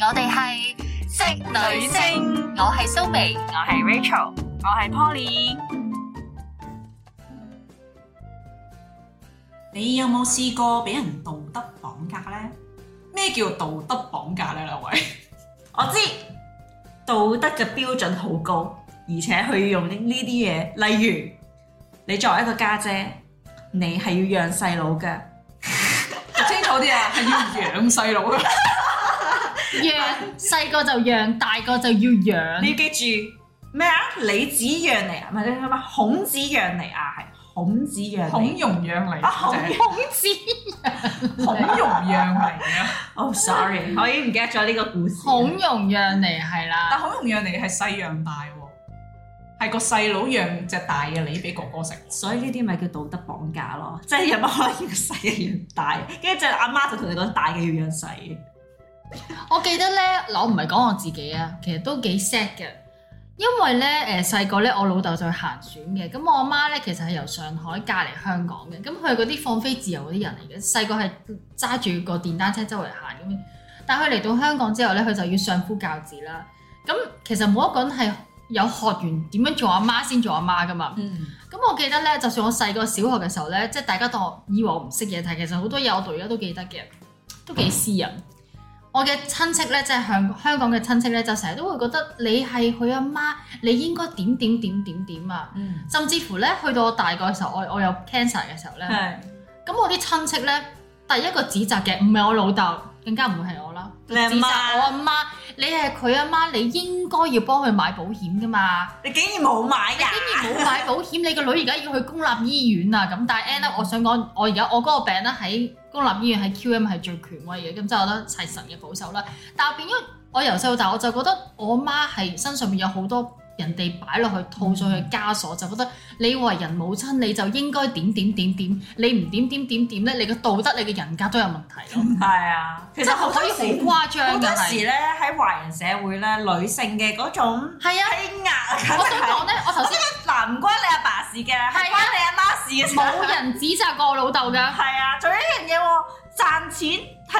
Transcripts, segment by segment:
我哋係職女聲，星，我係蘇 眉，我係 Rachel，我係 Poly。你有冇試過俾人道德綁架呢？咩叫道德綁架呢？兩位？我知道德嘅標準好高，而且佢用呢啲嘢，例如你作為一個家姐你係要養細佬嘅，讀清楚啲啊，係要養細佬 啊！讓細個就讓，大個就要 養。你要記住咩啊？李子讓梨啊，唔係你係咪孔子讓梨啊？係孔子讓孔梨融讓梨，啊， 孔孔子。孔融讓梨啊！哦，sorry，我已 經唔記得咗呢個故事。啊孔融讓梨係但啦，孔融讓梨係細讓大喎，係個細佬讓隻大嘅梨俾哥哥食。所以呢啲咪叫道德綁架咯，即係有乜可能要細嘅要大，跟住就阿媽就同你講大嘅要養細嘅。我記得咧，嗱我唔係講我自己啊，其實都幾 sad 嘅，因為咧誒細個咧，我老豆就去行選嘅，咁我阿媽咧其實係由上海嫁嚟香港嘅，咁佢係嗰啲放飛自由嗰啲人嚟嘅，細個係揸住個電單車周圍行咁樣，但係佢嚟到香港之後咧，佢就要相夫教子啦，咁其實冇一個人係有學完點樣做阿媽先做阿媽噶嘛。嗯，咁我記得咧，就算我細個小學嘅時候咧，即係大家當我以為我唔識嘢，但係其實好多嘢我到而家都記得嘅，都幾私人。我嘅親戚咧，即係香香港嘅親戚咧，就成日都會覺得你係佢阿媽，你應該點點點點點啊！嗯，甚至乎咧，去到我大個嘅時候，我我有 cancer 嘅時候咧，係咁我啲親戚咧，第一個指責嘅唔係我老豆，更加唔會係我啦，你阿指責我媽，阿媽，你係佢阿媽，你應該要幫佢買保險噶嘛。你竟然冇買呀？竟然冇 買保險，你個女而家要去公立醫院啊！咁但係 end 咧，我想講，我而家我嗰個病咧喺公立醫院喺 QM 係最權威嘅，咁即係我覺得係神嘅保守啦。但係變咗我由細到大，我就覺得我媽係身上面有好多人哋擺落去套上去嘅枷鎖，就覺得你為人母親你就應該點點點點，你唔點點點點咧，你嘅道德、你嘅人格都有問題咯。係啊，其 即係可以好誇好張多㗎，時係咧喺華人社會咧，女性嘅嗰種係啊！欺壓啊，我簡直想係講咧，我頭 先嗱唔關你阿爸事嘅，係係啊關你阿媽事嘅事。冇人指責過我老豆㗎。係啊，仲有一樣嘢喎，賺錢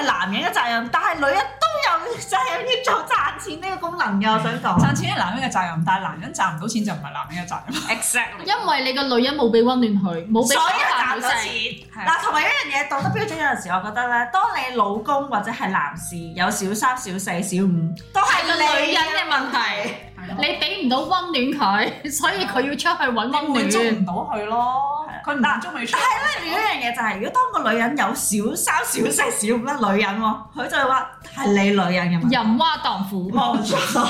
係男人嘅責任，但係女人都有責任要做賺錢呢個功能嘅。我想嗯講賺錢係男人嘅責任，但係男人賺唔到錢就唔係男人嘅責任。 ，exactly，因為你個女人冇俾温暖佢，冇俾所以係賺飽飯唔佢到食，錢。嗱，同埋一樣嘢，道德標準有陣時，我覺得咧，當你老公或者係男士有小三、小四、小五，都係係個女你人嘅問題。係咯你俾唔到温暖佢， 所以佢要出去揾温你滿足暖。唔到佢咯，佢唔滿足未出。另一樣嘢就係、如果當個女人有小三、小四、小五咧，女人喎、佢就會話係你女人嘅問題。淫娃蕩婦，冇錯，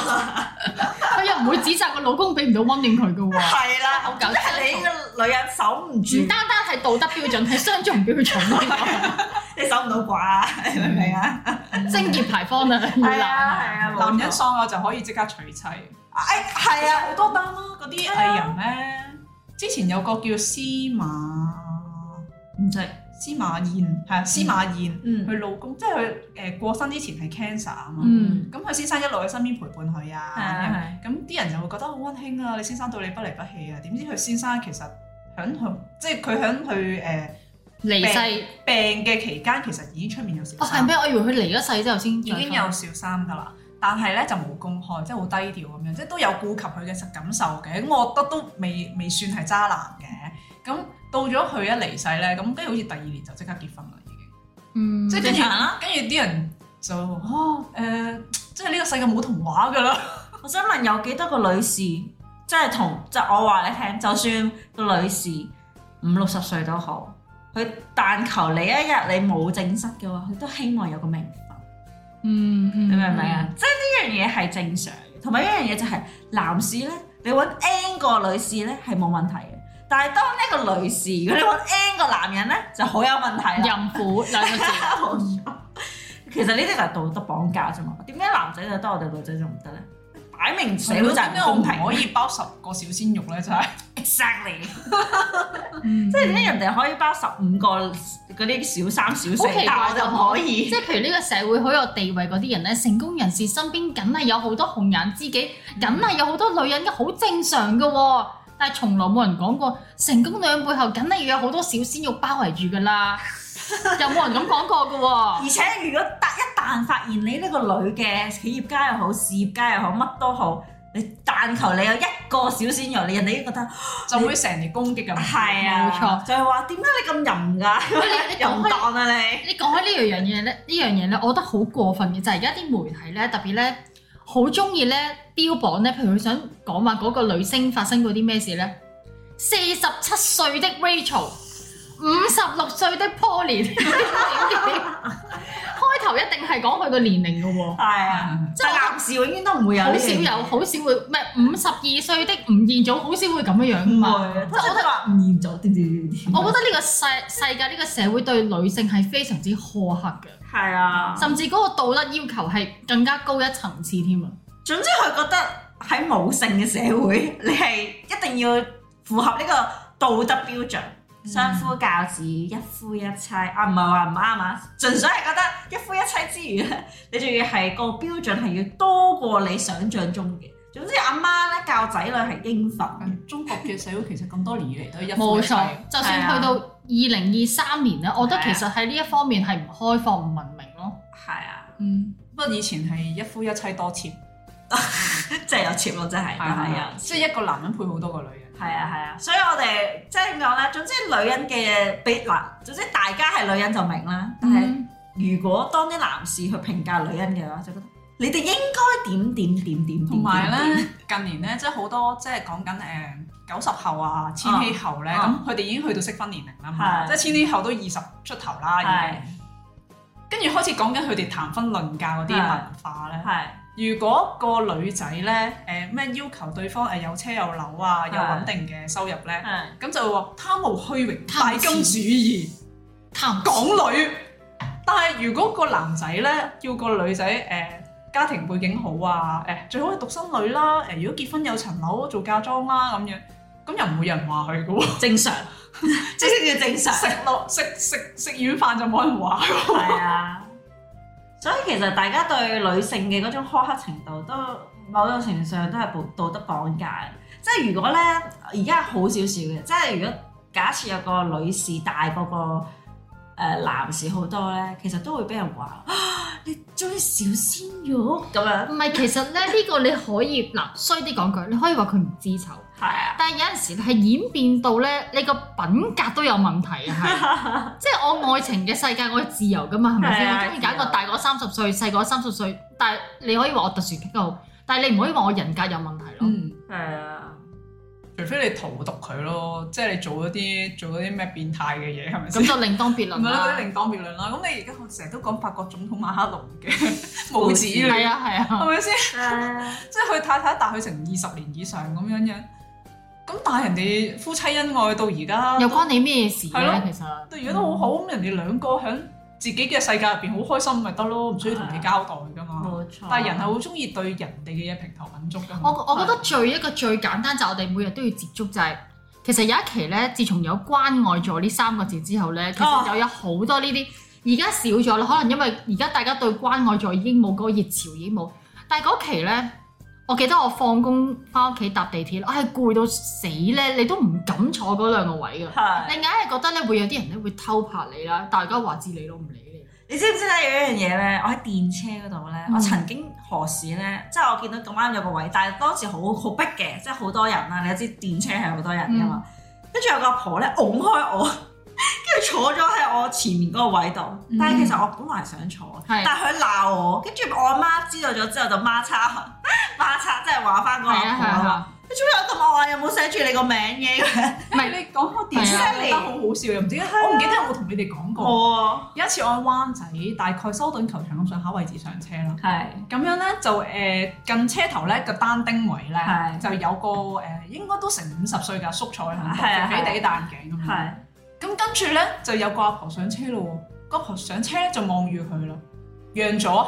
佢又唔會指責個老公俾唔到温暖佢嘅喎。 係啦，我覺得係你個女人守唔唔住，單單係道德標準，係雙重標準，你守唔到啩？你明唔明啊？精結牌坊啊！要係啊，係鬧啊，男人誒喪偶就可以即刻娶妻，啊係啊，好多單咯，嗰嗰啲啲藝藝人人咧，之前有個叫司馬唔識，司馬燕，係啊司馬燕，嗯佢老公即係佢誒過身之前係 cancer 啊嘛，嗯，咁佢先生一路喺身邊陪伴佢啊係咁啊，樣，咁啲人就會覺得好温馨啊，你先生對你不離不棄啊，點知佢先生其實響佢，即係佢響佢誒離世病嘅期間，其實已經出面有小哦係三，咩？我以為佢離咗世之後先已經有小三噶啦。但係咧就冇公開，即係好低調咁樣，即係都有顧及佢嘅感受嘅。咁我覺得都未未算係渣男嘅。咁到咗佢一離世咧，咁跟住好似第二年就即刻結婚啦，已經。嗯，即係正跟住常啦。跟住啲人就哦誒、即係呢個世界冇童話㗎啦。我想問有幾多個女士，即係同即係我話你聽，就算個女士五六十歲都好，佢但求你一日你冇正室嘅話，佢都希望有個名分，嗯嗯，你明唔明啊？即係呢樣嘢係正常嘅，同埋一樣嘢就係、男士咧，你揾 N 個女士咧係冇問題嘅，但係當呢個女士如果你揾 N 個男人咧就好有問題淫啦。婦兩個字。其實呢啲就係道德綁架啫嘛，點解男仔就得我哋女仔就唔得咧？擺明社會就係點解我唔唔公平。可以包十個小鮮肉咧？就 係 Exactly，即即係點解人哋可以包十五個嗰啲小三小四好奇怪，但我就唔可以即。係譬如呢個社會好有地位嗰啲人咧，成功人士身邊梗係有好多紅顏知己，梗係有好多女人嘅，好正常嘅喎、但係從來冇人講過，成功女人背後梗係要有好多小鮮肉包圍住㗎啦，又冇人咁講過嘅喎、 而且如果得一旦旦發現你呢個女嘅企業家又好，事業家又好，乜都好，你但求你有一個小鮮肉，你人哋已經覺得就會成日攻擊咁。係啊，冇錯就係話點解你咁淫㗎？你你淫講開蕩啊你！你講開呢樣嘢咧，呢樣嘢咧，我覺得好過分嘅就係而家啲媒體咧，特別咧好中意咧標榜咧，譬如佢想講話嗰個女星發生過啲咩事咧，四十七歲的 Rachel，五十六歲的 Polly，點點點 開頭一定係講佢個年齡嘅喎。係啊，嗯即係男士永遠都唔會有呢樣好少嘢有，好少會，唔係五十二歲的吳彥祖，好少會咁樣樣噶唔嘛。會，啊即係我都話唔嚴重點點點點。我覺得呢個世世界呢個社會對女性係非常之苛刻嘅。係啊，甚至嗰個道德要求係更加高一層次添啊！總之佢覺得喺母性嘅社會， 你係一定要符合呢個道德標準，相夫教子、一夫一妻啊，唔係話唔啱啊，純粹係覺得一夫一妻之餘咧， 你仲要係個標準係要多過你想象中嘅。總之阿媽咧教仔女係應份嘅，中國嘅社會其實咁多年以嚟都係啊一夫冇一妻錯，就算去到二零二三年咧，我覺得其實喺呢一方面係唔開放、唔文明咯。係啊，嗯，不過以前係一夫一妻多妾，即係有切咯，真係都係啊有。啊即係一個男人配好多個女人。係啊係啊，所以我哋即係點講咧？總之女人嘅比嗱，總之大家係女人就明嗯啦。但係如果當啲男士去評價女人嘅話，就覺得你哋應該點點點點點點，同埋咧，近年咧，即係好多即係講緊誒九十後啊、千禧後咧，啊咁佢哋已經去到適婚年齡啦嘛，係即係千禧後都二十出頭啦，已係經跟住開始講緊佢哋談婚論嫁嗰啲係文化咧。係如果個女仔咧誒咩要求對方誒有車有樓啊，有係穩定嘅收入咧，係咁就會話貪慕虛榮、貪拜金錢主義。談港女。但係如果個男仔咧，要個女仔誒、呃家庭背景好啊，誒、最好係獨生女啦，誒、如果結婚有層樓做嫁妝啦咁樣，咁又唔會有人話佢嘅喎，正常，即係叫正常。食落食食食軟飯就冇人話㗎喎。係啊，所以其實大家對女性嘅嗰種苛刻程度，都某種程度上都係道德綁架嘅。即係如果咧，而家好少少嘅，即係如果假設有個女士大過個誒、呃男士好多咧，其實都會俾人話、啊、你中意小鮮肉咁樣。唔係，其實咧呢個你可以嗱衰啲講句，你可以話佢唔知醜，係啊，但係有陣時係演變到咧，你個品格都有問題啊！係，即係我愛情嘅世界，我係自由噶嘛，係咪係先？啊我中意揀個大我三十歲、細我三十歲，但係你可以話我特殊癖好，但係你唔可以話我人格有問題咯。嗯，係啊，除非你荼毒佢咯，即係你做嗰啲做嗰啲咩變態嘅嘢係咪先咁？就另當別唔論係啦，啦嗰啲。另當別論啦。咁你而家我成日都講法國總統馬克龍嘅母子係戀，啊係啊，係咪先？係啊即係佢太太大佢成二十年以上咁樣樣，咁但係人哋夫妻恩愛到而家又都，關你咩事係咧咯？其實到而家都好好，咁人哋兩個喺自己嘅世界入邊好開心咪得咯，唔需要同你交代噶嘛。冇錯。但係人係好中意對人哋嘅嘢評頭品足噶我嘛。我覺得最一個最簡單就係我哋每日都要接觸就係、其實有一期咧，自從有關愛座呢三個字之後咧，其哦實又有好多呢啲，而家少咗啦。可能因為而家大家對關愛座已經冇嗰個熱潮，已經冇。但係嗰期咧，我記得我放工翻屋企搭地鐵，我係攰到死咧，你都唔敢坐嗰兩個位㗎。係。你硬係覺得咧會有啲人咧會偷拍你啦，大家話知你咯，唔理你。你知唔知咧有一樣嘢咧？我喺電車嗰度咧，嗯我曾經何時咧，即係我見到咁啱有個位，但係當時好好逼嘅，即係好多人啦。你知電車係好多人噶嘛，嗯跟住有個阿婆咧拱開我， 跟住坐咗喺我前面嗰個位度。嗯但係其實我本來係想坐，係但係佢鬧我，跟住我阿媽知道咗之後就孖叉 孖叉，即係話翻嗰個係阿啊婆係啦。啊。你做咩有咁愛啊？有冇寫住你個名嘅？唔係你講開電係車啊我覺得好好笑，又唔知點解我唔記得有冇同你哋講哦過。我啊有一次我喺灣仔，大概修頓球場咁上下位置上車啦。係咁樣咧就誒、呃近車頭咧個單丁位咧係就有個誒、應該都成五十歲嘅阿叔坐喺度，係啊肥肥地戴眼鏡咁樣。係咁跟住咧就有個阿婆上車咯喎，個阿婆上車咧就望住佢啦，讓咗，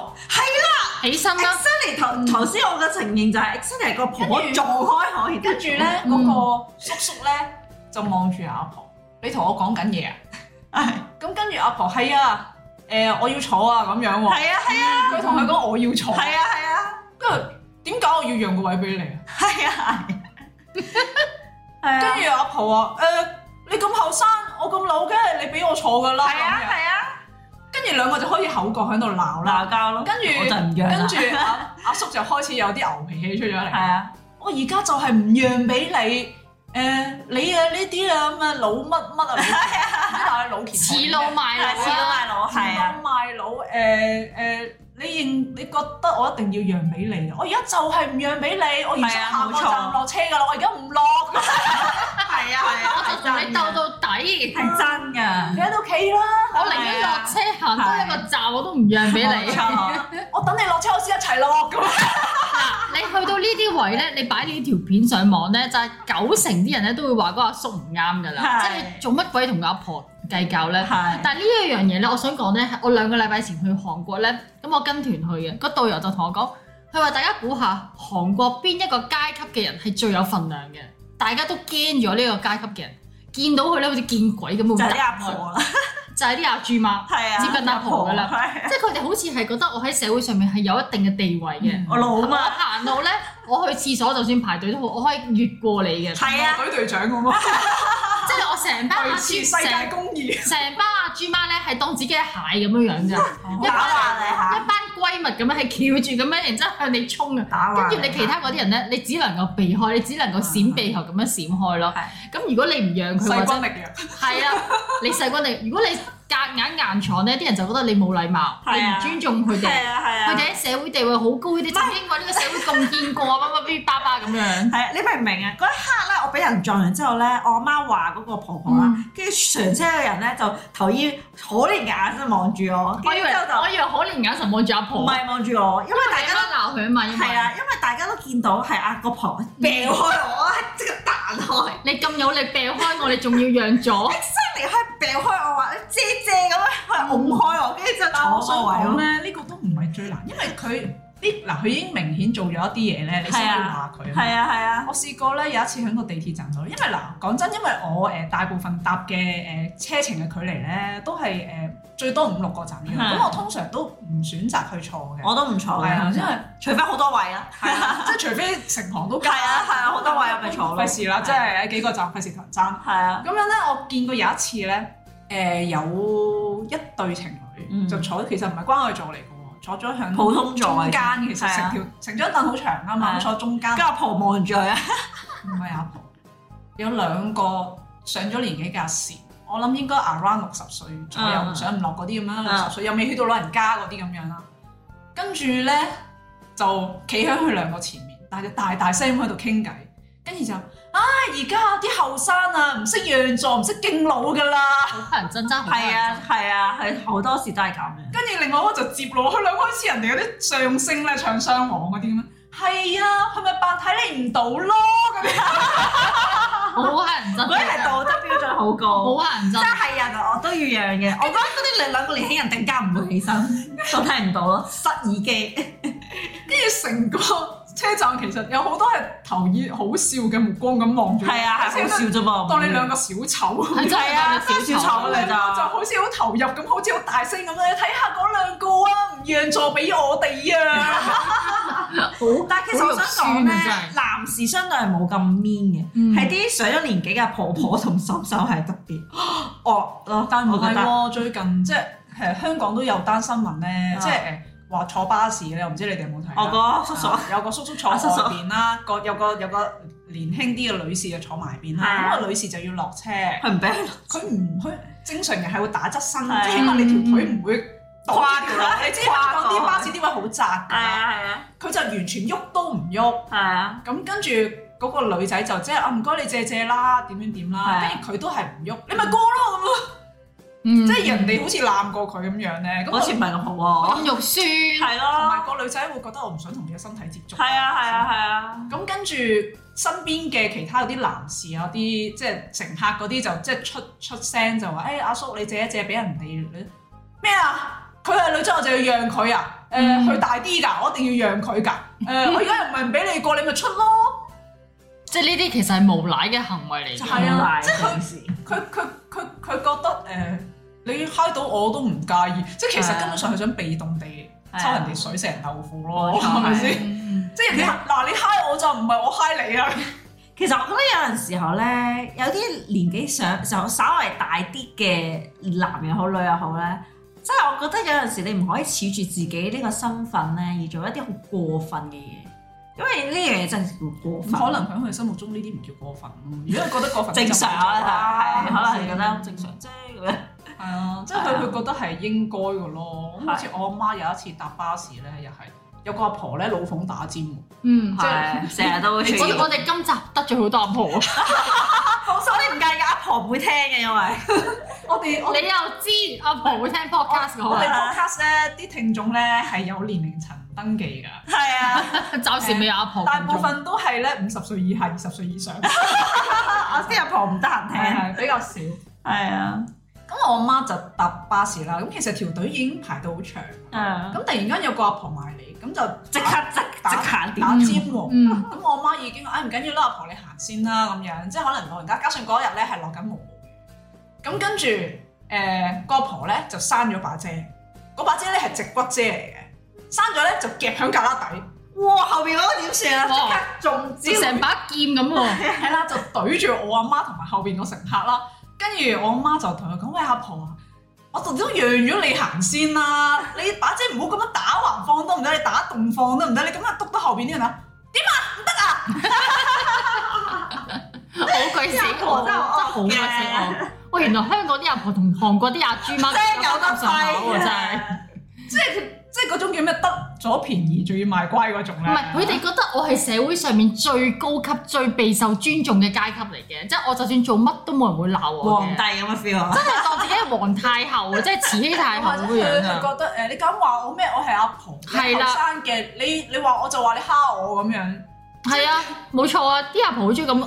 起身啦， exactly 頭頭先我嘅情形就係 exactly 個婆跟住撞 開我，然跟住咧嗯嗰個叔叔咧就望住阿婆，你同我講緊嘢啊？咁跟住阿婆係啊，誒、我要坐啊咁樣喎，係啊係啊佢同佢講我要坐，係啊係啊跟住點解我要讓個位俾你啊？係啊係啊，跟住阿婆呃話：誒、你咁後生，我咁老嘅，你俾我坐㗎啦。係啊係啊，咁樣跟跟住兩個就開始口角喺度鬧啦。鬧交咯，跟住我就唔讓啦跟住阿阿叔就開始有啲牛脾氣出咗啊係嚟。啊，我而家就係唔讓俾你。誒、你啊呢啲啊咁啊老乜乜啊老，但係老虔恃老啊賣係老似到啦，大佬係啊，我賣佬誒誒，你認你覺得我一定要讓俾你啊？我而家就係唔讓俾你，我而家係啊下個冇錯站落車噶啦，我而家唔落，係啊係我就同你鬥到底。係真你㗎，喺屋企啦，我寧願落車行多一個站，我都唔讓俾冇你。錯，我等你落車我先一齊落咁。啊嗱，你去到呢啲位咧，你擺呢條片上網咧，就係九成啲人咧都會話嗰個阿叔唔啱噶啦，即係係做乜鬼同個阿婆計較咧？係但係呢一樣嘢咧，我想講咧，我兩個禮拜前去韓國咧，咁我跟團去嘅，個導遊就同我講，佢話大家估下韓國邊一個階級嘅人係最有份量嘅，大家都驚咗呢個階級嘅人，見到佢咧好似見鬼咁就會係打啲阿婆啦，就係啲阿豬媽，係啊，接近阿婆㗎啦係啊即係佢哋好似係覺得我喺社會上面係有一定嘅地位嘅。我老我嘛，行路咧，我去廁所就算排隊都好，我可以越過你嘅，係啊，隊隊長咁啊，即係我成班阿豬成公義。成班阿豬媽咧係當自己係蟹咁樣樣咋，打話你一嚇，班閨蜜咁樣係翹住咁樣，然之後向你衝啊！打話跟住你其他嗰啲人咧，你只能夠避開，你只能夠閃避後咁樣閃開咯。係咁如果你唔讓佢或者力弱，係啦，你細君你如果你夾硬硬闖咧，啲人就覺得你冇禮貌，你係啊唔尊重佢哋，係啊係啊佢。哋喺社會地位好高，佢哋曾經為呢個社會貢獻過，乜乜乜巴巴咁樣。係啊，你明唔明啊？嗰一刻咧，我俾人撞完之後咧，我阿媽話嗰個婆嗯婆啦，啊跟住上車嘅人咧就投以可憐嘅眼神望住我，我跟以住為之後我就以為可憐眼神望住阿唔婆，係望住我，因為大大家都家鬧佢啊嘛，因為係啊，因為大家都見到係阿個婆掟開我，即刻彈開，你咁有力掟開我，你仲要讓咗。即係離開掟開我話姐姐咁樣，佢拱開我，跟住就但我坐想我位講咯。咧，呢個都唔係最難，因為佢呢嗱，佢已經明顯做咗一啲嘢咧，你先係會啊話佢啊嘛。係啊係啊，我試過咧有一次喺個地鐵站度，因為嗱講真，因為我誒、呃大部分搭嘅誒、呃、車程嘅距離咧都係誒、呃最多五六個站嘅，係啊咁我通常都唔選擇去坐嘅，我都唔錯係啊，因為嘅，除非好多位啦。係啊即係除非成行 都係啊係啊，好多位我咪坐咯。費事啦，即係喺幾個站費事同人爭。係啊，咁樣咧，我見過有一次咧，誒、有一對情侶、嗯就坐，其實唔係關愛座嚟嘅喎，坐咗響普通座中位間，其實係啊成條成張凳好長啊係啊嘛，咁坐中間跟。住阿婆望住佢啊，唔係阿婆，有兩個上咗年紀嘅阿嬷，我諗應該 around 六十歲左右，嗯唔上唔落嗰啲咁樣，六嗯十歲又未去到老人家嗰啲咁樣啦。跟住咧就企喺佢兩個前面，但係佢大大聲咁喺度傾偈，跟住就啊而家啲後生啊唔識讓座，唔識敬老噶啦。好乞人憎真係啊，係啊，係好多時都係咁嘅。跟住另外嗰個就接咯，佢兩個好似人哋嗰啲相聲咧唱雙簧嗰啲咁樣。係啊，佢咪扮睇你唔到咯咁樣。好乞人憎，嗰啲係道德標準啊好高，好乞人真憎。係啊！我都要讓嘅。我覺得嗰啲兩個年輕人更加唔會起身，就聽唔到咯，塞耳機。跟住成個車站其實有好多係投以好笑嘅目光咁望住你，係啊，係好笑啫噃。當你兩個小丑，係真係啊有少少少醜醜啊啊！兩個 就好似好投入咁，好似好大聲咁咧。你睇下嗰兩個啊，唔讓座俾我哋 啊！好，但係其實我想講好肉酸咧啊，男士相對係冇咁 mean 嘅，嗯係啲上咗年紀嘅婆婆同嬸嬸係特別哦惡咯，但係我覺得喎，最近即係誒香港都有單新聞咧啊誒話坐巴士咧，我唔知你哋有冇睇我啦個叔叔啊有個叔叔坐啊外叔叔邊啦，個有個有個年輕啲嘅女士就坐埋邊係啦，啊咁個女士就要落車。佢唔俾佢佢唔佢正常人係會打側身，係即係起碼你條腿唔會跨倒條住啦啦。你知香港跨過啲去巴士啲位好窄㗎啦，係啊佢就完全喐都唔喐。係啊，咁跟住嗰個女仔就即係啊唔該你借借啦，點點點係啦啊。跟住佢都係唔喐，你咪過咯咁咯。即即係人嗯哋好似攬過佢咁樣咧。咁好似唔我係咁好喎。咁肉酸，係同咯埋，個女仔會覺得我唔想同你嘅身體接觸。係啊係啊係啊，咁跟住身邊嘅其他有啲男士啊，有啲即係乘客嗰啲就即係出出聲就話：，誒、哎阿叔你借一借俾人哋呃咩啊？佢係女仔，我就要讓佢啊！誒、嗯佢大啲㗎，我一定要讓佢㗎。誒、呃我而家又唔係唔俾你過，你咪出咯。即係呢啲其實係無賴嘅行為嚟就嘅。係啊即即係佢佢佢佢佢覺得誒、呃你揩到我都唔介意，即係啊其實根本上係想被動地抽人哋水、食人豆腐咯，冇錯哦係咪先？嗯即係人哋嗱，你揩我就唔係我揩你啊！其實我覺得有陣時候咧，有啲年紀上就稍微大啲嘅男又好女又好咧，即係我覺得有陣時你唔可以恃住自己呢個身份咧，而做一啲好過分嘅嘢，因為呢樣嘢真係叫過分。可能喺佢心目中呢啲唔叫過分咯。如果佢覺得過分，正常啊，就但唔好做啦係可能係覺得好正常啫咁樣。啊係啊，即係佢佢覺得係應該嘅咯。咁好似我阿媽有一次搭巴士咧，又係有個阿婆咧老奉打尖喎，嗯，係 成日都會出我現。我哋今集得罪好多阿婆，你好所以唔介意阿婆唔會聽嘅，因為 我哋我哋又知阿婆會聽 podcast 我哋嘅， podcast 咧啲聽眾咧係有年齡層登記㗎， 係啊， 暫時未有阿婆。大部分都係咧五十歲以下、二十歲以上，我啲阿婆唔得閒聽。係係比較少。係啊，咁我阿媽就搭巴士啦，咁其實條隊已經排到好長，嗯，咁突然間有個阿婆埋嚟，咁就即刻即即行點啊打尖喎。嗯咁我媽已經哎唉唔緊要啦，阿婆你行先啦咁樣，即係可能老人家加上嗰日咧哎係落緊毛毛嘅，咁跟住誒個阿婆咧就閂咗把遮，嗰把遮咧係直骨遮嚟嘅，閂咗咧就夾響旮旯底，哇！後邊嗰個點算啊？哇即刻中招你。成把劍咁喎，係啦就懟住我阿媽同埋後邊個乘客啦，跟住我阿媽就同佢講：喂阿婆啊，我就都讓咗你行先啦，你把遮唔好咁樣打橫放得唔得？你打洞放得唔得？你咁樣督到後邊啲人啊！好鬼死我，真係好鬼死我。喂，原來香港啲阿婆同韓國啲阿豬媽真係有得咁上下揮喎，真係。即係即係嗰種叫咩得咗便宜仲要賣乖嗰種唔咧。係，佢哋覺得我係社會上面最高級、最備受尊重嘅階級嚟嘅，即係我就算做乜都冇人會鬧我皇嘅帝咁嘅 feel 啊！真係當自己係皇太后啊，即係慈禧太后或者咁佢樣佢啊！覺得誒，你咁話我咩？我係阿婆，係後啦生嘅，你你話我就話你蝦我咁樣，係啊，冇錯啊，啲阿婆好中意咁，哦你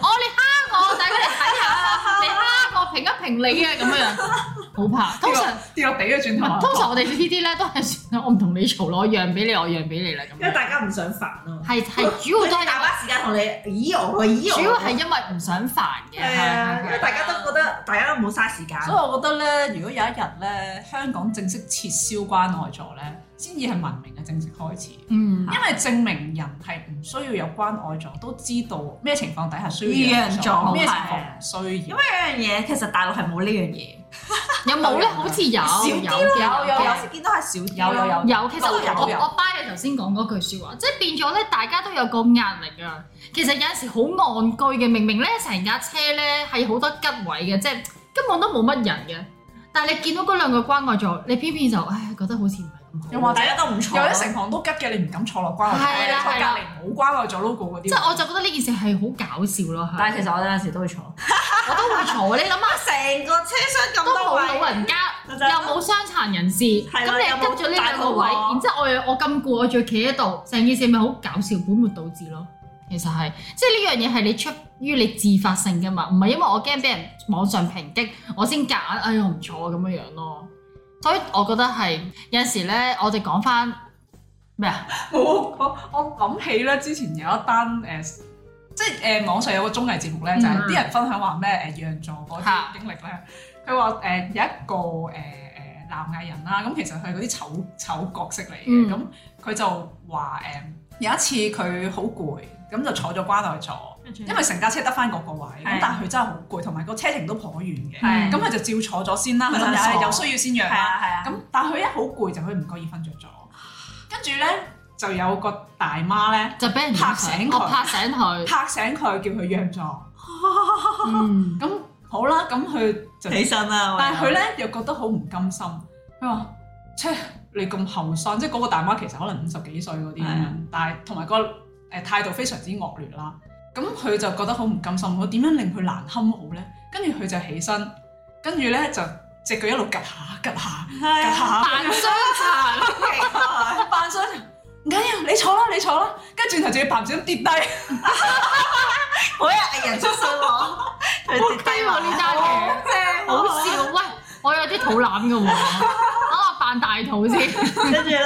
蝦我，大家嚟睇下，你蝦我評一評你啊咁樣，好怕。通常跌落地嘅轉唔頭。啊係通常我哋呢啲咧都係算啦，我唔同你嘈咯，我讓俾你，我讓俾你啦咁因為樣。哦大家唔想煩啊。 係係主要都佢大係把時間同你咦我咦我。主要係因為唔想煩嘅，係啊，因為大家都覺得大家都冇嘥時間。所以我覺得咧，如果有一日咧，香港正式撤銷關愛座咧，先至係文明嘅正式開始。嗯因為證明人係唔需要有關愛座，都知道咩情況底下需要要讓讓座座，咩情係況唔需因要為。有一樣嘢其實大陸係冇呢樣嘢，有冇咧？好似有有少啲咯嘅有有嘅有有時見到係少啲咯有有有有，其實不我過有我有我 buy 你頭先講嗰句説話，即係變咗咧，大家都有個壓力啊。其實有陣時好戇居嘅，明明咧成架車咧係好多吉位嘅，即係根本都冇乜人嘅。但係你見到嗰兩個關愛座，你偏偏就唉覺得好似唔係又咁好或。者啊大家都唔錯。有啲成行都吉嘅，你唔敢坐落關愛係啦座，坐係隔啦離冇關愛座 logo 嗰啲。即係我就覺得呢件事係好搞笑咯，係但係其實我有陣時都會坐。我都會嘈。你諗下，成個車廂咁都多冇位，老人家，真係又冇傷殘人士，係啦咁又你冇跟咗呢兩個位，大肚婆然之後我又我咁攰，我仲要企喺度，成件事咪好搞笑，本末倒置咯。其實係，即係呢樣嘢係你出於你自發性噶嘛，唔係因為我驚俾人網上抨擊，我先夾硬，哎呀我唔坐咁樣樣咯。所以我覺得係有陣時咧，我哋講翻咩啊？ 我我我諗起咧，之前有一單誒、呃即係誒、呃、網上有個綜藝節目嗯咧，就係、啲人分享話咩誒讓座嗰嚇啲經歷咧，佢話誒有一個誒誒、呃男藝人啦，咁其實佢係嗰啲醜醜角色嚟嘅，嗯咁佢、就話誒、呃有一次佢好攰，咁就坐咗關愛座，因為成架車得翻嗰個位，咁嗯係但係佢真係好攰，同埋個車程都頗遠嘅，係咁佢就照坐咗先啦，佢佢就諗有有坐需要先讓係啦。啊係啊，咁但係佢一好攰就佢唔覺意瞓着咗，跟住咧就有個大媽咧就俾人影拍相醒佢我拍醒佢，拍醒佢叫佢讓座， 嗯，咁好啦，咁佢就，起身啦。但 係佢咧又覺得好唔甘心，佢話：切你咁後生，即係嗰個大媽其實可能五十幾歲嗰啲咁係啊樣，但係同埋個誒態度非常之惡劣啦，咁佢就覺得好唔甘心，我點樣令佢難堪好咧？跟住佢就起身，跟住咧就隻腳一路趌下趌下係趌下。啊， 扮傷殘。扮傷唔緊要，你坐啦，你坐啦，跟住轉頭仲要扮唔小心跌低， 好有藝人出身喎， O 佢跌 K 低喎呢單嘢。好笑，喂，我有啲肚腩嘅喎，等我扮大 肚先。跟住咧，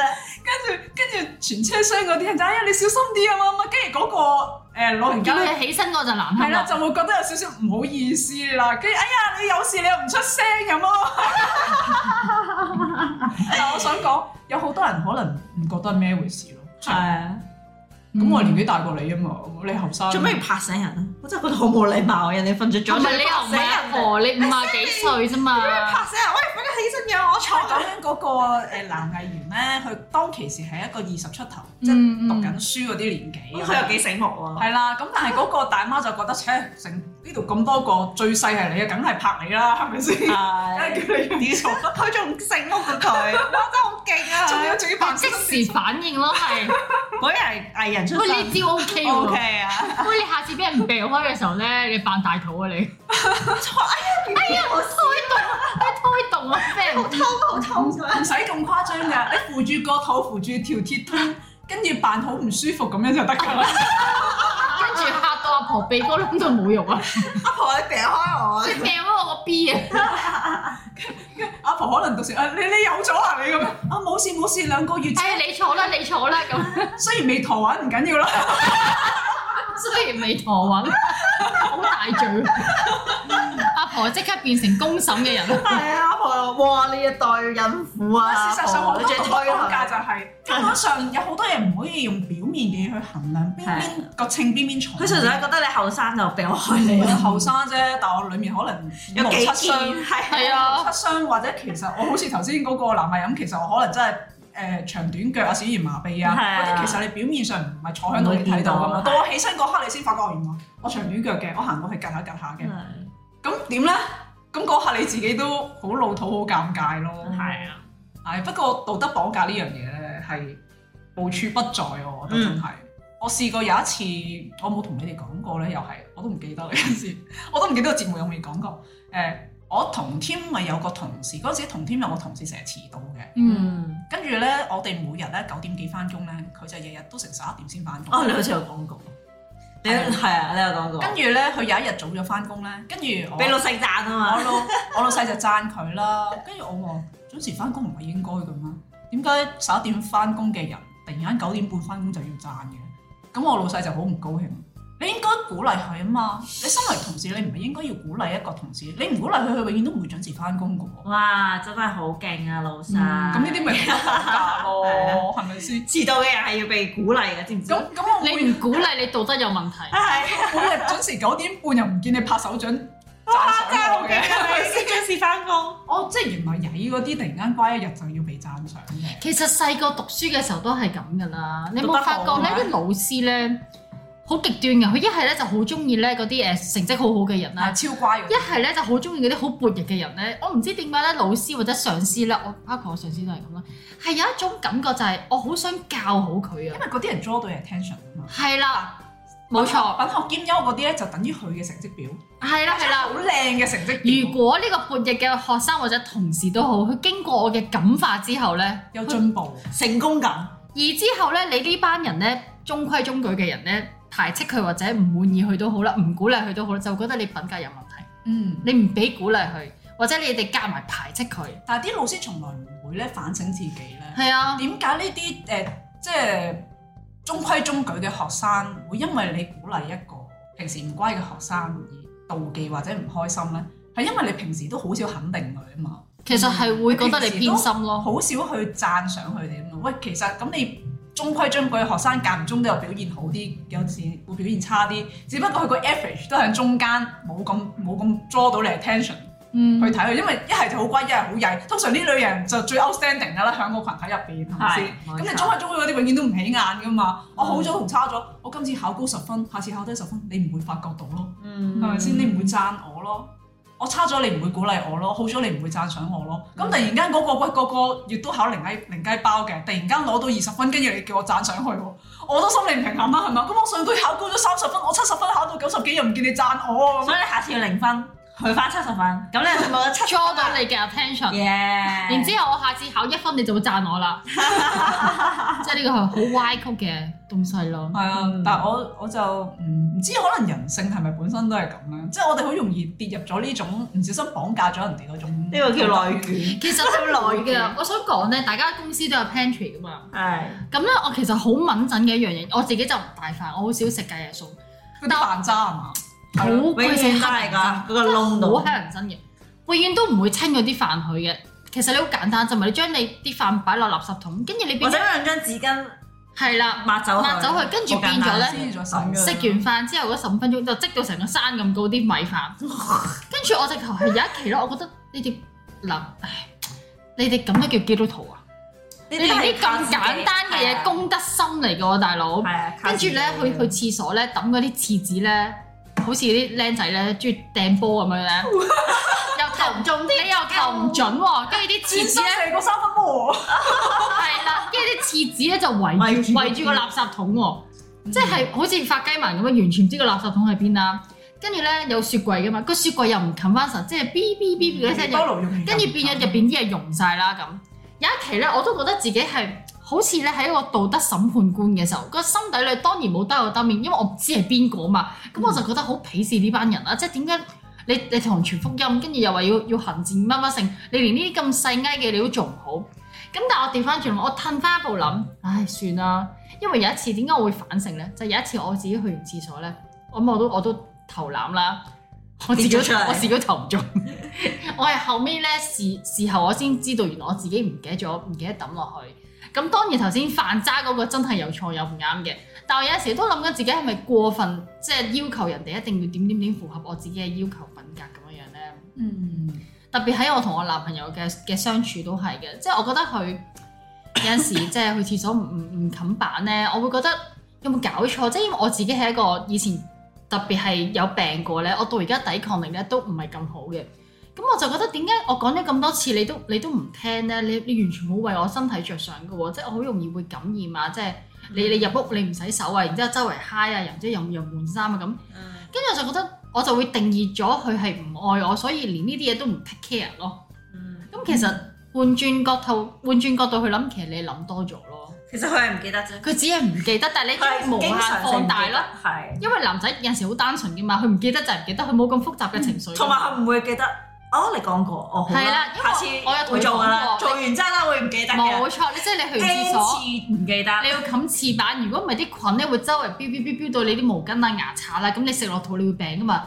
跟住跟住全車廂嗰啲人就哎呀你小心啲啊嘛，跟住嗰個誒老人叫家佢起身我就難係堪啊啦，啦。就會覺得有少少唔好意思啦，跟住哎呀你有事你又唔出聲咁啊 咯。但我想講，有好多人可能唔覺得咩回事咯，係啊，嗯咁我年紀大過你啊嘛，你後生。做咩要拍醒人啊？我真係覺得好冇禮貌啊，人哋瞓着咗，同埋仲你要又唔拍醒係阿人哋啊 婆，你五廿幾歲啫嘛。拍醒人，喂，快啲起身嘅，我我坐講緊嗰個誒男藝員咧，佢當其時係一個二十出頭，即係嗯讀緊書嗰啲年紀。啊咁佢又幾醒目喎？係啦，咁但係嗰個大媽就覺得，切成呢度咁多個，最細係你啊，梗係拍你啦，係咪先？梗係係，叫你要啲做，佢仲醒目過佢， 哇！真係好勁啊！仲要仲要扮即時反應咯，係。 嗰人係藝人出身喂，呢招 O K ，O 喎。 K 啊，喂，你下次俾人避開嘅時候咧，你扮大肚 啊你。哎呀，好推動啊，俾人痛好痛啊㗎。唔使咁誇張㗎，你扶住個肚，扶住條鐵通，跟住扮好唔舒服咁樣就得㗎啦。啊跟住嚇到阿婆鼻哥窿都冇肉 啊！阿婆，你掟開我啊！你掟咗我個 B 啊！阿婆可能到時啊，你你有咗啊你咁樣啊冇事冇事，兩個月哎呀，你坐啦，你坐啦咁。雖然未陀穩唔緊要 啦，雖然未陀穩，好大罪。阿婆即刻變成公審嘅人，係啊，阿婆，哇！你一代孕婦啊，事實上好啊多你仲要獨推講價佢，就係根本上有好多嘢唔可以用表面嘅嘢去衡量邊邊個稱邊邊重。佢純粹覺得你後生就俾我開你我啊，後生啫，但我裡面可能有幾七件傷，係係啊七傷或者其實我好似頭先嗰個男藝人，其實我可能真係。誒、長短腳啊、小兒麻痹啊，係啊嗰啲、其實你表面上唔係坐喺度你睇到噶嘛，唔會見到到我起身嗰刻你先發覺哦原來我長短腳嘅，我行過去趌下趌下嘅。咁點咧？咁嗰下你自己都好老土、好尷尬咯。係啊，係不過道德綁架呢樣嘢咧係無處不在喎，我覺嗯得真係。我試過有一次，我冇同你哋講過咧，又係我都唔記得啦嗰陣時， 我都唔記得個節目有冇講過。誒、我同添咪有個同事，嗰陣時同添有個同事成日遲到嘅，嗯，嗯，跟住咧我哋每日咧九點幾翻工咧，佢就日日都成十一點先翻工。哦，你好似有講過，你係啊，你有講過跟，住咧，佢有一日早咗翻工咧，跟住我俾老細讚啊嘛。我老 我老細就讚佢啦，跟住我話準時翻工唔係應該嘅咩？點解十一點翻工嘅人突然間九點半翻工就要讚嘅？咁我老細就好唔高興。你應該鼓勵佢啊嘛！你身為同事，你唔係應該要鼓勵一個同事，你唔鼓勵佢，佢永遠都唔會準時翻工嘅喎。哇！真係好勁啊，老細。咁呢啲咪好尷尬咯，嗯 係咪啊先？遲到嘅人係要被鼓勵嘅，知唔哎知？咁咁我每你唔鼓勵，你道德有問題。係每日準時九點半又唔見你拍手掌讚賞我嘅，係咪先啊先準時翻工。哦，即係原來曳嗰啲突然間乖一日就要被讚賞嘅。其實細個讀書嘅時候都係咁噶啦，你有冇發覺讀得好啊咧啲老師咧好極端嘅，佢一係咧就好中意咧嗰啲誒成績好好嘅人啦啊，。超乖嘅一。係咧就好中意嗰啲好叛逆嘅人咧，我唔知點解咧，老師或者上司咧，我包括我上司都係咁啦，係有一種感覺就係我好想教好佢因啊，為嗰啲人 draw 到人 attention 啊嘛。係啦，冇錯，品學兼優嗰啲咧，就等於佢嘅成績表，係啦係啦好。靚嘅成績如表，果呢個叛逆嘅學生或者同事都好，佢經過我嘅感化之後咧，有進步。成功感。而之後咧，你呢班人咧中規中矩嘅人咧排斥佢或者唔滿意佢都好啦，唔鼓勵佢都好啦，就覺得你品格有問題，嗯，你唔俾鼓勵佢，或者你哋夾埋排斥佢，但係啲老師從來唔會咧反省自己咧，係啊，點解呢啲誒即係中規中矩嘅學生會因為你鼓勵一個平時唔乖嘅學生而妒忌或者唔開心咧？係因為你平時都好少肯定佢啊嘛。其實係會覺得你平時都偏心咯。好少去讚賞佢哋咁嘛。喂，其實咁你中規中矩嘅學生間唔中都有表現好啲，有時會表現差啲，只不過佢個 average 都喺中間，冇咁冇咁 draw 到你 attention 嗯去睇佢，因為一係就好乖，一係好曳。通常呢類人就最 outstanding 㗎啦，喺個群體入邊係咪先？咁你中規中矩嗰啲永遠都唔起眼㗎嘛。我好咗同差咗，我今次考高十分，下次考低十分，你唔會發覺到咯。嗯係咪先？你唔會讚我咯，我差咗你唔會鼓勵我咯，好咗你唔會讚賞我咯。咁嗯突然間嗰、個喂個個月都考零雞零雞包嘅，突然間攞到二十分，跟住你叫我讚賞佢喎，我都心理唔平衡啦，係嘛？咁我上個月考高咗三十分，我七十分考到九十幾又唔見你讚我啊所以你下次要零分，去翻七十分，咁你就冇咗七十 draw 分啊到啦。你嘅 attention，耶！然之後我下次考一分你就會讚我啦，即係呢個係好歪曲嘅東西咯喎。。係啊，但係我我就唔唔知可能人性係咪本身都係咁咧，即係我哋好容易跌入咗呢種唔小心綁架咗人哋嗰種。嗯呢個叫內卷。其實好都內會嘅卷，我想講咧，大家公司都有 pantry 噶嘛。係。咁咧，我其實好敏感嘅一樣嘢，我自己就唔帶飯，我好少食雞翼餸，嗰啲飯渣係嘛？好係咯啊鬼永死遠都黑係人憎㗎，嗰個窿度好。黑人憎嘅，永遠都唔會清嗰啲飯去嘅。其實你好簡單啫嘛，你將你啲飯擺落垃圾桶，跟住你或變者咗用張紙巾係啦，抹走佢，抹走佢跟住好簡單變咗呢黐咗嗯神食完飯之後嗰十五分鐘就積到成個山咁高啲米 飯，跟住我直頭係有一期咯，我覺得你哋嗱，唉你哋咁都叫基督徒啊？呢你啲連係啲咁簡單嘅嘢公德心嚟嘅喎，大佬。啊係啊，跟住咧，去去廁所咧，抌嗰啲廁紙咧，好似啲僆仔咧，中意掟波咁樣咧，又投唔 中哎啲，你又投唔準喎，跟住啲廁廁紙所咧，成個三分喎，係 啦，跟住啲廁紙咧就圍圍住住圍住個嗯垃圾桶喎，即係好似發雞盲咁樣，完全唔知個垃圾桶喺邊啦。跟住咧有雪櫃噶嘛，個雪櫃又唔冚翻實，即係嗶 嗶嗶嗰啲聲又多勞用跟住變咗入邊啲嘢溶晒啦咁。有一期咧，我都覺得自己係好似咧喺一個道德審判官嘅時候，個心底裏當然冇兜有兜面，因為我唔知係邊個嘛。咁我就覺得好鄙視呢班人啊啦，即係點解你你同人傳福音，跟住又話要要行善乜乜性，你連呢啲咁細埃嘅你都做唔好。咁但係我調翻轉，我褪翻一步諗，唉算啦，因為有一次點解我會反省咧？就有一次我自己去完廁所咧，咁我都我都投籃啦， 我自己跌都咗出嚟我自己都投唔中。 我係後尾咧事事後我先知道，原來我自己唔記得咗，唔記得抌落去。咁當然頭先飯渣嗰個真係有錯有唔啱嘅，但我有陣時都諗緊自己係咪過分，即係要求人哋一定要點點點符合我自己嘅要求品格咁樣樣咧。嗯，特別喺我同我男朋友嘅嘅相處都係嘅，即係我覺得佢有陣時即係去廁所唔唔唔冚板咧，我會覺得有冇搞錯？即係因為我自己係一個以前特別係有病過咧，我到而家抵抗力咧都唔係咁好嘅。咁我就覺得點解我講咗咁多次你都你都唔聽咧？你你完全冇為我身體着想嘅喎，即係我好容易會感染啊！即係你你入屋你唔洗手啊，然之後周圍嗨啊，然之後又又換衫啊咁。嗯跟住我就覺得我就會定義咗佢係唔愛我，所以連呢啲嘢都唔 take care 咯。嗯咁其實換轉角度，換轉角度去諗，其實你諗多咗咯。其實佢係唔記得啫，佢只係唔記得，但係你將佢無限放大咯。，係。因為男仔有陣時好單純嘅嘛，佢唔記得就係唔記得，佢冇咁複雜嘅情緒㗎嘛。同埋佢唔會記得，哦，你講過，哦，好係啦啦，因為下次我有同會做㗎佢講過啦，做完之後啦會唔記得嘅冇錯，你即係你去完廁，N 所。次唔記得，你要冚翅板，如果唔係啲菌咧會周圍飆飆飆飆到你啲毛巾啊、牙刷啦，咁你食落肚你會病噶嘛。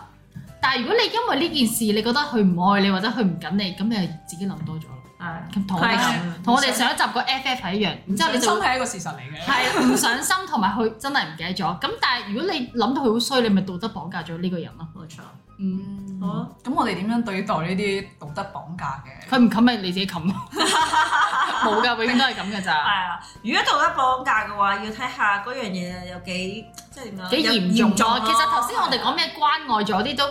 但係如果你因為呢件事你覺得佢唔愛你或者佢唔緊你，咁你係自己諗多咗咯。係咁同我佢係啊哋咁同我哋上一集個 FF 係一樣，然之後真你就心會係一個事實嚟嘅。係唔上心，同埋佢真係唔記得咗。咁但係如果你諗到佢好衰，你咪道德綁架咗呢個人咯。冇錯，嗯好啊，咁我哋點樣對待呢啲道德綁架嘅？佢唔冚咪你自己冚咯，冇㗎，永遠都係咁㗎係咋。啊。如果道德綁架嘅話，要睇下嗰樣嘢有幾即係點講 幾有啊嚴重咯咯。其實頭先我哋講咩關愛咗啲都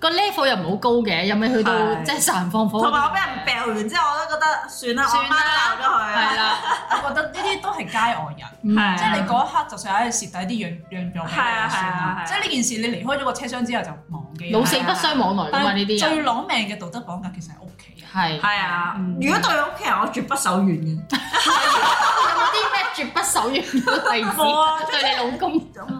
個 level 又唔好高嘅，又未去到係即係殺人放火。同埋我俾人掉完之後，我都覺得算啦，我算啦媽鬧咗佢係啊，啦， 嗯我覺得呢啲都係街外人。係啊係即係啊你嗰一刻就算喺度蝕底啲讓讓讓俾係啊你係算啦啊係啊即係呢件事你離開咗個車廂之後就忘記咗。老死不相往來㗎嘛但呢係啲人最攞命嘅道德綁架其實係屋企 人。係係啊嗯。如果對屋企人，我絕不手軟嘅。有冇啲咩絕不手軟嘅例冇啊子？對你老公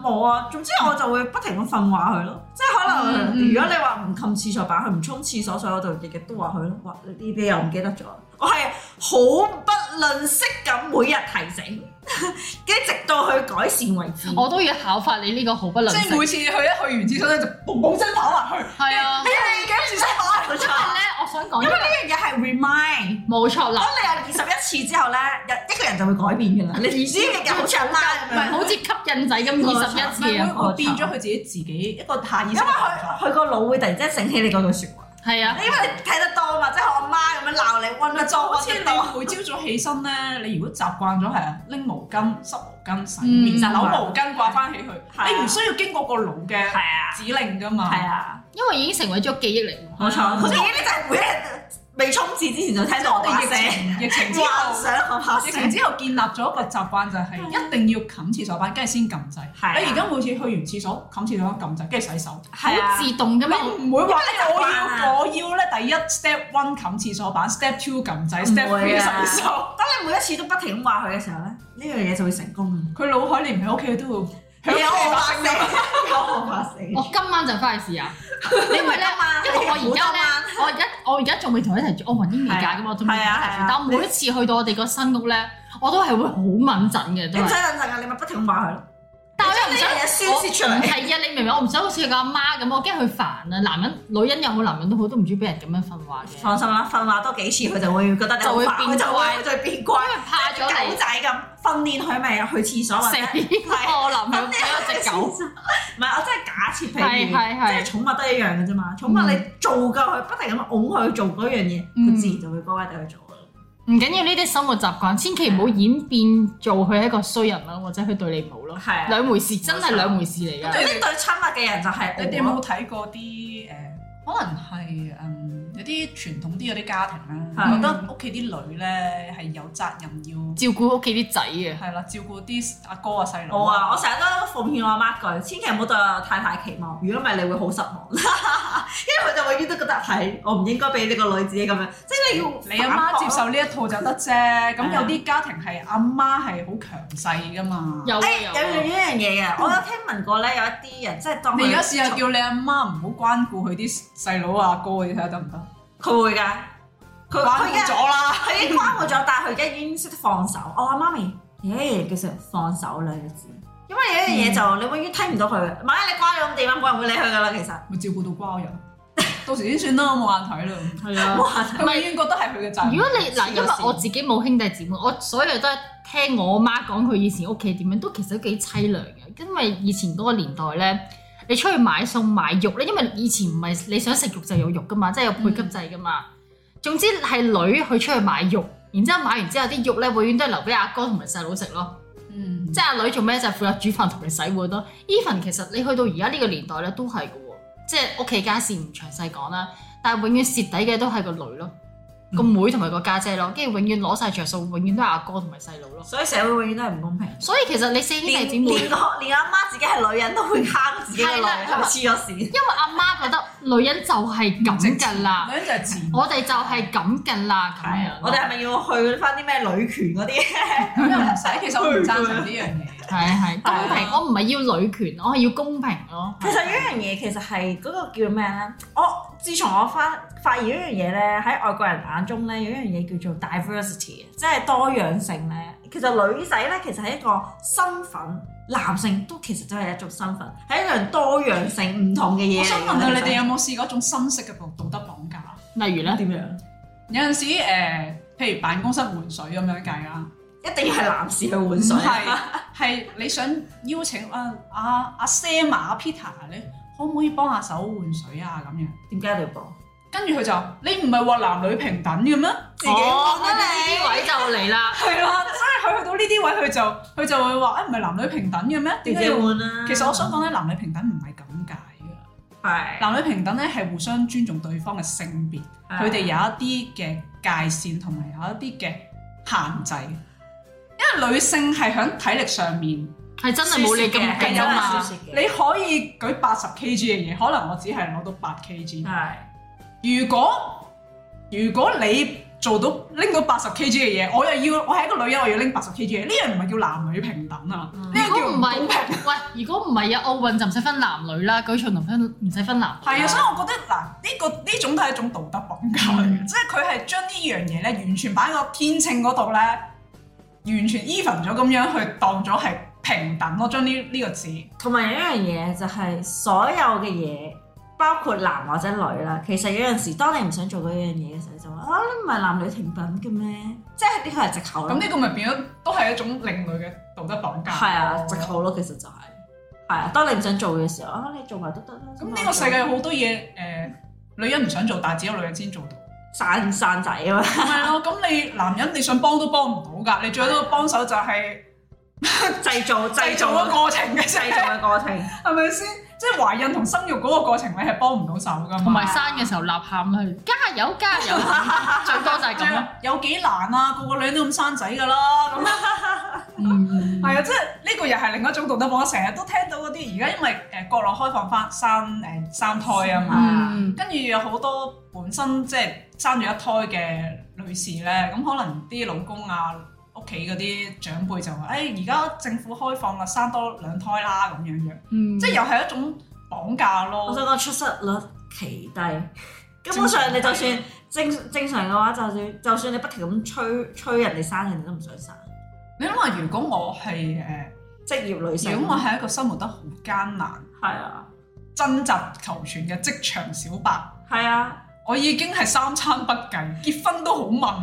冇啊，總之我就會不停咁訓話佢咯，即係可能嗯嗯如果你話唔冚廁所板，佢唔沖廁所，所以我就日日都話佢咯，話你你又唔記得咗，我係好不吝惜咁每日提醒， 跟住直到佢改善為止。我都要考發你呢個毫不吝即惜係。每次佢一去完廁所咧就嘣嘣聲跑落去，係哎啊你，你嘅廁所跑落冇去，但係錯，咧，我想講因為因為呢樣嘢係 remind。冇錯當嗱，你有二十一次之後咧，一一個人就會改變㗎 啦。你唔知日日好似阿媽唔咁係樣，好似吸引仔咁二十唔一次係啊！會會變咗佢自己自己一個下意因識為嘅佢動作。佢個腦會突然之間醒起你嗰句説話。係啊，因為你睇得多嘛，即係我阿媽咁樣鬧你，温得咪就多好温似得你多，每朝早起身咧，你如果習慣咗係啊拎毛巾、濕毛巾、洗面、嗯扭毛巾掛翻起係啊佢，你唔需要經過個腦嘅係啊，指令㗎嘛。係啊，因為已經成為咗記憶嚟。冇錯。佢自己咧就係每日未衝刺之前就聽到我我哋把疫聲，情疫情之幻後，想我把疫情聲。之後建立咗一個習慣，就係一定要冚廁所板，跟住先撳掣。係啊你而家每次去完廁所冚廁所板撳掣，跟住洗手。好啊自動咁嘛，你唔會話因為你習慣啊我要我要咧第一 step one 冚廁所板，step two 撳掣，step 唔 three 會啊洗手。當你每一次都不停咁話佢嘅時候咧，呢樣嘢就會成功嘅。佢腦海你唔喺屋企，佢都會喺屋有企我發把生聲，啊 有我把聲。哦我今晚就翻去試下。啊因為咧，因為我而家咧，我而家我而家仲未同佢一齊住，我雲英未嫁噶嘛，我仲未同佢一齊係啊係住啊。但我每一次去到我哋個新屋咧，我都係會好敏陣嘅，你都唔係使。忍陣啊，你咪不停咁話佢咯。但係係唔想呢樣嘢宣我泄出唔嚟。係啊，你明唔明？我唔想好似個阿媽咁，我驚佢煩啊。男人、女人又好，男人都好，都唔中意俾人咁樣訓 話嘅，放心啦，訓話多幾次佢就會覺得你好煩就會變佢就乖會就會變乖。因為怕咗狗你仔咁訓練佢咪去廁所或者死。係我諗佢俾咗隻狗，唔係，我真係假設，譬係如係係即係嗯寵物都一樣嘅啫嘛。寵物你做夠佢，不停咁拱佢去做嗰樣嘢，嗯佢自然就會乖乖地去做㗎啦。唔緊要呢啲生活習慣，千祈唔好演變做佢係一個衰人啦，或者佢對你唔好咯，係啊兩回事，真係兩回事嚟咁㗎。啲對親密嘅人就係你我啊哋有冇睇過啲誒、可能係嗯有啲傳統啲嗰啲家庭啦，係覺得屋企啲女咧係有責任要照顧屋企啲仔啊嘅，係啦照顧啲阿哥啊細佬我啊，我成日都奉勸我阿媽一句，千祈唔好對我太太期望，如果唔係你會好失望， 因為佢就永遠都覺得係我唔應該俾呢個女自己咁樣，即嗯係你要你阿媽接反駁咯。受呢一套就得啫，咁有啲家庭係阿媽係好強勢噶嘛。有啊誒有哎有啊樣。一樣嘢嘅，我有聽聞過咧，有一啲人即係當佢你而家試下叫你阿媽唔好關顧佢啲細佬啊哥嗰啲，你睇下得唔得？佢會㗎，佢關佢而顧家咗啦，佢已經關顧咗，但係佢而家已經識得放手。我話媽咪，耶，叫成放手兩個字，因為有一樣嘢就你永遠睇唔到佢，萬一你關咗咁地方，冇人會理佢㗎啦，其實。咪照顧到瓜人，到時先算啦，我冇眼睇啦。係啊哇！佢永遠覺得係佢嘅責任。如果你嗱，因為我黐咗線自己冇兄弟姊妹，我所有都係聽我媽講佢以前屋企點樣，都其實都幾凄涼嘅。因為以前嗰個年代咧，你出去買餸買肉咧，因為以前唔係你想食肉就有肉噶嘛，即係有配給制噶嘛。總之係女去出去買肉，然之後買完之後啲肉咧，永遠都係留俾阿哥同埋細佬食咯。嗯，即係阿女做咩就係負責煮飯同埋洗碗咯。even 其實你去到而家呢個年代咧，都係嘅喎，即係屋企家事唔詳細講啦，但係永遠蝕底嘅都係個女咯，個妹同埋個家姐咯，跟住永遠攞晒着數，永遠都係阿哥同埋細佬咯。所以社會永遠都係唔公平。所以其實你四兄弟連姊妹，連個連阿媽自己係女人都會蝦過自己嘅女，係係啦咪黐咗線？因為阿媽覺得女人就係咁㗎啦，女人就係自我哋就係咁㗎啦咁啊樣咯。我哋係咪要去翻啲咩女權嗰啲？咁又唔 使，其實我唔贊成呢樣 嘢。係係係公平，我唔係要女權，我係要公平咯。其實有一樣嘢其實係嗰個叫咩咧？我自從我發發現一樣嘢咧，喺外國人眼中咧有一樣嘢叫做 diversity，即係多樣性咧。其實女仔咧其實係一個身份，男性都其實都係一種身份，係一樣多樣性唔同嘅嘢嚟嘅。我想問下你哋其實有冇試過一種深色嘅道德綁架？例如咧，點樣？有陣時誒，譬如辦公室換水咁樣計啦，一定要係男士去換唔水。係 係你想邀請啊啊阿 Sam 啊 Peter，你可唔可以幫下手換水啊咁樣？點解一定要播？跟住佢就你唔係話男女平等嘅咩？自己講呢得你啲位就嚟啦。係啦，所以佢去到呢啲位，佢就佢就會話誒唔係男女平等嘅咩？點解要？啊換啊啦其實我想講咧，男女平等唔係咁解嘅，係男女平等咧係互相尊重對方嘅性別。啊佢哋有一啲嘅界線同埋有一啲嘅限制，因為女性係喺體力上面，係真係冇你咁勁啊嘛！你可以舉八十 kg 嘅嘢，可能我只係攞到八 kg。係如果如果你做到拎到八十 kg 嘅嘢，我又要我係一個女人，我要拎八十 kg 嘅嘢，呢樣唔係叫男女平等啊，呢樣如叫果唔哦唔係公平。，喂，如果唔係有奧運就唔使分男女啦，舉重唔分唔使分男女啦。係啊，所以我覺得嗱，呢、個呢種都係一種道德綁架嚟嘅，即係佢係將呢樣嘢咧，完全擺喺個天秤嗰度咧，完全 even 咗咁樣去當咗係平等咯，將呢呢個字同埋有一樣嘢就係所有嘅嘢，包括男或者女啦，其實有陣時當你唔想做嗰樣嘢嘅時候，你就話啊你唔係男女平等嘅咩？即係呢個係藉口咁咯，呢個咪變咗都係一種另類嘅道德綁架。係啊藉口咯，其實就係、係啊，當你唔想做嘅時候，啊你做埋都得啦。咁呢個世界有好多嘢誒、女人唔想做，但係只有女人先做到。散散仔啊嘛，係咯，咁你男人你想幫都幫唔到㗎，你最多幫手就係 製造啊製造嘅過程嘅啫， 製造嘅過程，係咪先？即係懷孕同生育嗰個過程，你係幫啊唔到手㗎嘛。同埋生嘅時候吶喊啦，加油加 油，最多就係咁咯。有幾難啊！個個女人都咁生仔㗎啦，咁啊，嗯，係啊，即係呢個又係另一種道德綁架。成日都聽到嗰啲，而家因為誒國內開放翻生誒三胎啊嘛，嗯跟住有好多本身即係生咗一胎嘅女士咧，咁可能啲老公啊、屋企嗰啲長輩就話：，誒而家政府開放啦，生多兩胎啦咁樣樣，嗯，即係又係一種哦綁架咯我。想講出失率 奇低，根本上你就算正正常嘅話，就算就算你不停咁催催人哋生，人哋都唔想生。你諗下，如果我係誒呃職業女性。如果我係一個生活得好艱難、係啊，掙扎求全嘅職場小白，係啊，我已經係三餐不繼，結婚都好問，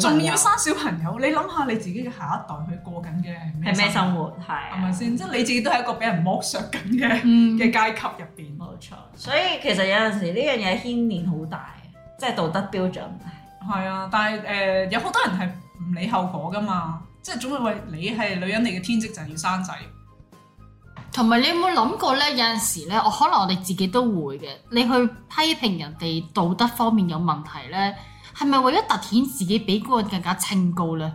仲要生小朋友，仲要生小朋友。你諗下你自己嘅下一代佢過緊嘅係係咩咩生活？生活？係啊係咪先？即係你自己都係一個俾人剝削緊嘅嗯，嘅階級入邊。冇錯，所以其實有陣時呢樣嘢牽連好大嘅，即係道德標準。係啊，但係誒、呃有好多人係唔理後果噶嘛，即係總會喂你係女人，你嘅天職就係要生仔。同埋你有冇諗過咧？有陣時咧，我可能我哋自己都會嘅。你去批評人哋道德方面有問題咧，係咪為咗凸顯自己比嗰個人更加清高咧？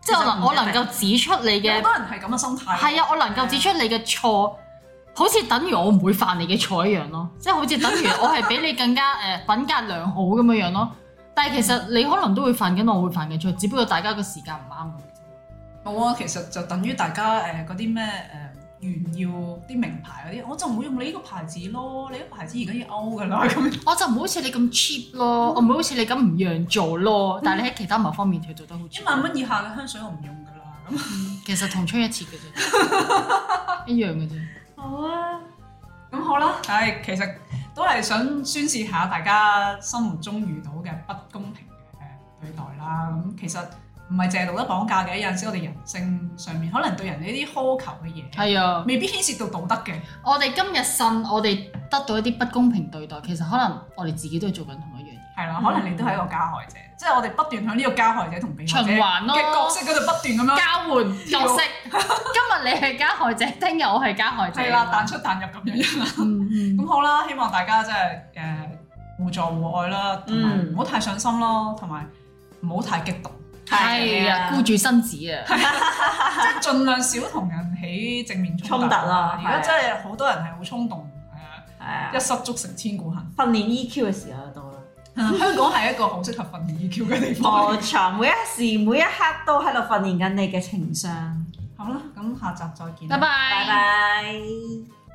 即係我其實能唔我一定能夠指出你有好嘅多人係咁嘅心態。係啊，我能夠指出你嘅錯，好似等於我唔會犯你嘅錯一樣咯。即係好似等於我係比你更加誒、呃品格良好咁樣樣咯。但係其實你可能都會犯緊我會犯嘅錯，只不過大家個時間唔啱咁啫。冇啊，其實就等於大家誒嗰啲咩誒炫耀啲名牌嗰啲，我就唔會用你呢個牌子咯，你呢個牌子而家要歐㗎啦咁樣。我就唔會好似你咁 cheap 咯，我唔會好似你咁唔讓座咯。但係你喺其他某方面佢做得好一 cheap，萬蚊以下嘅香水我唔用㗎啦，咁其實同出一轍嘅啫，一樣嘅啫。好啊，咁好啦。但係其實都係想宣示下大家生活中遇到嘅不公平嘅對待啦。咁其實唔係淨係道德綁架嘅，有陣時我哋人性上面可能對人哋一啲苛求嘅嘢，係啊，未必牽涉到道德嘅。我哋今日信我哋得到一啲不公平對待，其實可能我哋自己都係做緊同一樣嘢，係啦，可能你都係一個加害者，即係我哋不斷喺呢個加害者同被害者循嘅環咯，角色嗰度不斷咁樣。交換角 色。今日你係加害者，聽日我係加害者。係啦，彈出彈入咁樣啦。嗯，咁好啦，希望大家真係誒互助互愛啦，同埋嗯唔好太上心咯，同埋唔好太激動，係啊，顧住身子啊，即係盡量少同人起正面衝衝突啦而家係真係好多人係好衝動，係啊誒一，失足成千 古恨。訓練 EQ 嘅時候就到啦。香港係一個好適合訓練 EQ 嘅地方。冇錯，每一時每一刻都喺度訓練緊你嘅情商。好啦，咁下集再見啦。拜拜拜。拜。